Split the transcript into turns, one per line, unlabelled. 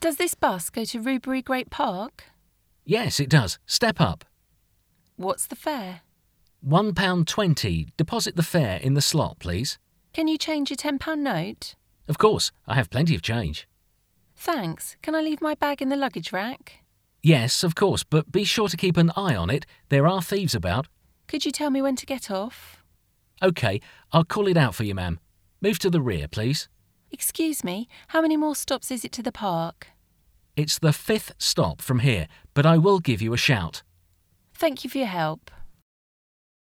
Does this bus go to Rubery Great Park?
Yes, it does. Step up.
What's the fare?
£1.20. Deposit the fare in the slot, please.
Can you change your £10 note?
Of course, I have plenty of change.
Thanks. Can I leave my bag in the luggage rack?
Yes, of course, but be sure to keep an eye on it. There are thieves about.
Could you tell me when to get off?
OK, I'll call it out for you, ma'am. Move to the rear, please.
Excuse me, how many more stops is it to the park?
It's the fifth stop from here, but I will give you a shout.
Thank you for your help.